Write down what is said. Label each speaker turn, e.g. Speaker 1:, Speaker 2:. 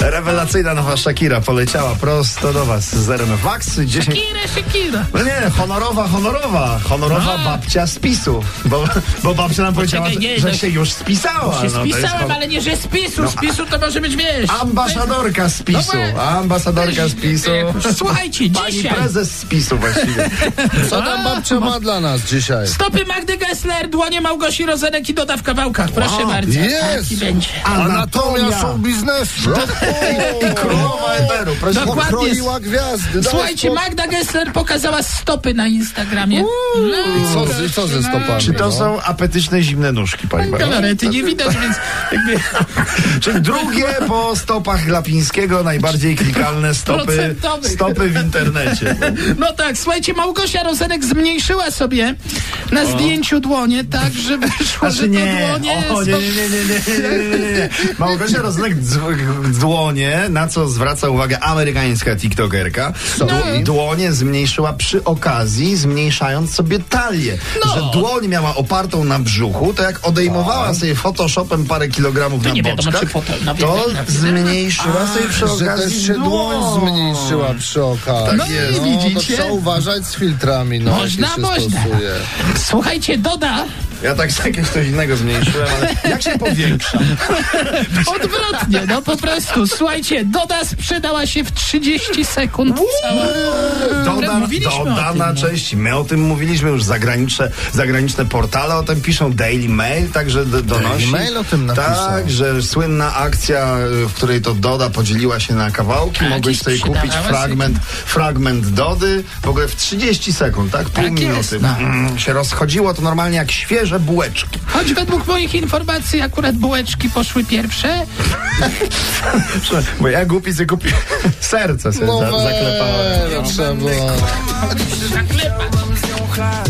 Speaker 1: Rewelacyjna nowa Shakira poleciała prosto do was z RMF Max. 10...
Speaker 2: Shakira, Shakira.
Speaker 1: No nie, honorowa, honorowa. Honorowa
Speaker 2: A.
Speaker 1: babcia z PiSu. Bo, bo babcia nam powiedziała,
Speaker 2: No. Poczekaj, nie,
Speaker 1: że
Speaker 2: no-
Speaker 1: się już spisała. No,
Speaker 2: Się
Speaker 1: to jest No,
Speaker 2: spisałem,
Speaker 1: hon-
Speaker 2: ale nie, że z PiSu. Z
Speaker 1: a-
Speaker 2: PiSu to może być, wiesz...
Speaker 1: Ambasadorka z PiSu.
Speaker 2: No właśnie. No
Speaker 1: Ambasadorka z PiSu.
Speaker 2: Słuchajcie,
Speaker 1: Pani
Speaker 2: dzisiaj...
Speaker 1: prezes z PiSu właściwie.
Speaker 3: Co tam babcia ma dla nas dzisiaj?
Speaker 2: Stopy Magdy Gessler, dłonie Małgosi Rozenek i doda w kawałkach. Proszę bardzo.
Speaker 3: Jest!
Speaker 2: Taki będzie.
Speaker 3: Anatomia show biznesu.
Speaker 1: I królowa Eteru. Proszę,
Speaker 2: Dokładnie.
Speaker 3: Kroiła gwiazdy. Daj
Speaker 2: Słuchajcie,
Speaker 3: spokój.
Speaker 2: Magda Gessler pokazała stopy na Instagramie. No,
Speaker 3: I co, z- i co ze
Speaker 2: Tak,
Speaker 3: stopami?
Speaker 1: Czy to
Speaker 3: no?
Speaker 1: są apetyczne zimne nóżki, pani Barbaro?
Speaker 2: Galarety nie widać, więc jakby
Speaker 1: Czyli drugie po stopach Glapińskiego najbardziej klikalne stopy,
Speaker 2: Procentowych.
Speaker 1: stopy w internecie.
Speaker 2: No tak, słuchajcie, Małgosia Rozenek zmniejszyła sobie na zdjęciu dłonie, tak, że wyszło, że
Speaker 1: Znaczy
Speaker 2: to
Speaker 1: nie,
Speaker 2: dłonie
Speaker 1: o, nie, nie,
Speaker 2: są...
Speaker 1: nie, nie, nie, nie, nie, nie, nie. Małgosia Rozenek dz- dłonie, na co zwraca uwagę amerykańska tiktokerka,
Speaker 2: No
Speaker 1: dł- dłonie zmniejszyła przy okazji, zmniejszając sobie talię.
Speaker 2: No.
Speaker 1: Że dłoń miała opartą na brzuchu, to jak odejmowała sobie photoshopem parę kilogramów na
Speaker 2: nie wiadomo,
Speaker 1: boczkach,
Speaker 2: czy foto- no,
Speaker 1: to
Speaker 2: wiadomo, wiadomo.
Speaker 1: zmniejszyła sobie przy
Speaker 3: Że też
Speaker 1: okazji no.
Speaker 3: się dłoń zmniejszyła przy okazji.
Speaker 2: No i
Speaker 3: no, To
Speaker 2: widzicie?
Speaker 3: trzeba uważać z filtrami, no,
Speaker 2: Można,
Speaker 3: jakie się
Speaker 2: można.
Speaker 3: stosuje.
Speaker 2: Słuchajcie, Doda
Speaker 1: Ja tak z jakiegoś coś innego zmniejszyłem, ale jak się powiększa?
Speaker 2: odwrotnie, no po prostu, słuchajcie, Doda sprzedała się w 30 sekund cała.
Speaker 1: Doda,
Speaker 2: mówiliśmy o
Speaker 1: doda
Speaker 2: tym,
Speaker 1: na
Speaker 2: no.
Speaker 1: części. My o tym mówiliśmy już zagraniczne, zagraniczne portale o tym piszą. Daily Mail także d- donosi.
Speaker 3: Mail o tym napisał.
Speaker 1: Tak, że słynna akcja, y, w której to Doda podzieliła się na kawałki.
Speaker 2: Tak,
Speaker 1: Mogłeś
Speaker 2: i
Speaker 1: sobie kupić
Speaker 2: sprzedawała
Speaker 1: fragment, fragment Dody. W ogóle w 30 sekund, tak? Pół
Speaker 2: Tak
Speaker 1: minuty.
Speaker 2: jest, no.
Speaker 1: Mm, się rozchodziło to normalnie jak świeże bułeczki.
Speaker 2: Choć według moich informacji akurat bułeczki poszły pierwsze.
Speaker 1: Bo ja głupi sobie kupiłem serce sobie
Speaker 3: No
Speaker 1: za,
Speaker 3: weź,
Speaker 1: zaklepałem.
Speaker 3: trzeba.
Speaker 2: Zaklepać.
Speaker 4: Mam z nią chlać